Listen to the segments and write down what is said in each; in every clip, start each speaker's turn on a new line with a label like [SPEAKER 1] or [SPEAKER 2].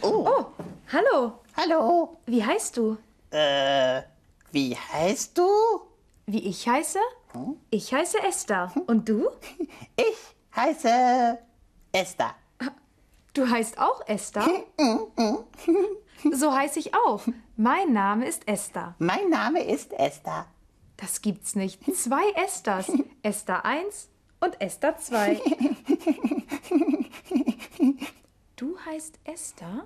[SPEAKER 1] Oh,
[SPEAKER 2] Oh, hallo.
[SPEAKER 1] hallo.
[SPEAKER 2] Wie heißt du?
[SPEAKER 1] Äh, wie heißt du?
[SPEAKER 2] Wie ich heiße? Ich heiße Esther. Und du?
[SPEAKER 1] Ich heiße Esther.
[SPEAKER 2] Du heißt auch Esther? So heiße ich auch. Mein Name ist Esther.
[SPEAKER 1] Mein Name ist Esther.
[SPEAKER 2] Das gibt's nicht. Zwei Esthers. Esther 1 und Esther 2. Du heißt Esther?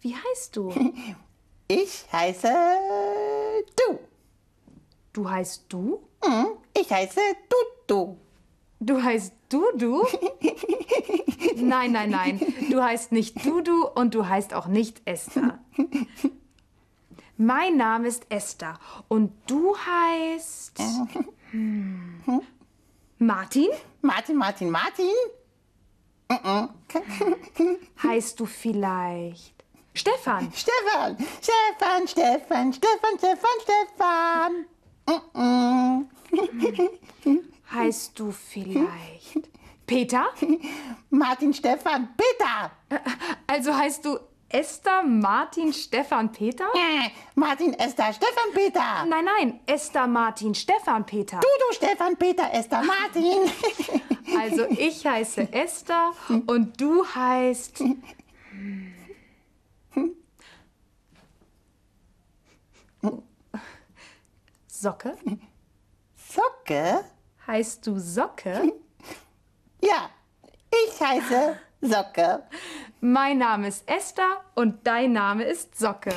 [SPEAKER 2] Wie heißt du?
[SPEAKER 1] Mm, Ich heiße du.
[SPEAKER 2] Du heißt du?
[SPEAKER 1] Hm, Ich heiße Dudu.
[SPEAKER 2] Du heißt Dudu? Nein, nein, nein. Du heißt nicht Dudu und du heißt auch nicht Esther. Mein Name ist Esther und du heißt. Hm, Martin?
[SPEAKER 1] Martin, Martin, Martin.
[SPEAKER 2] Heißt du vielleicht Stefan?
[SPEAKER 1] Stefan, Stefan, Stefan, Stefan, Stefan, Stefan.
[SPEAKER 2] Heißt du vielleicht Peter?
[SPEAKER 1] Martin, Stefan, Peter.
[SPEAKER 2] Also heißt du Esther, Martin, Stefan, Peter?
[SPEAKER 1] Äh, Martin, Esther, Stefan, Peter.
[SPEAKER 2] Nein, nein, Esther, Martin, Stefan, Peter.
[SPEAKER 1] Dudu, Stefan, Peter, Esther, Martin.
[SPEAKER 2] Also ich heiße Esther und du heißt. Socke?
[SPEAKER 1] Socke?
[SPEAKER 2] Heißt du Socke?
[SPEAKER 1] Ja, ich heiße Socke.
[SPEAKER 2] Mein Name ist Esther und dein Name ist Socke.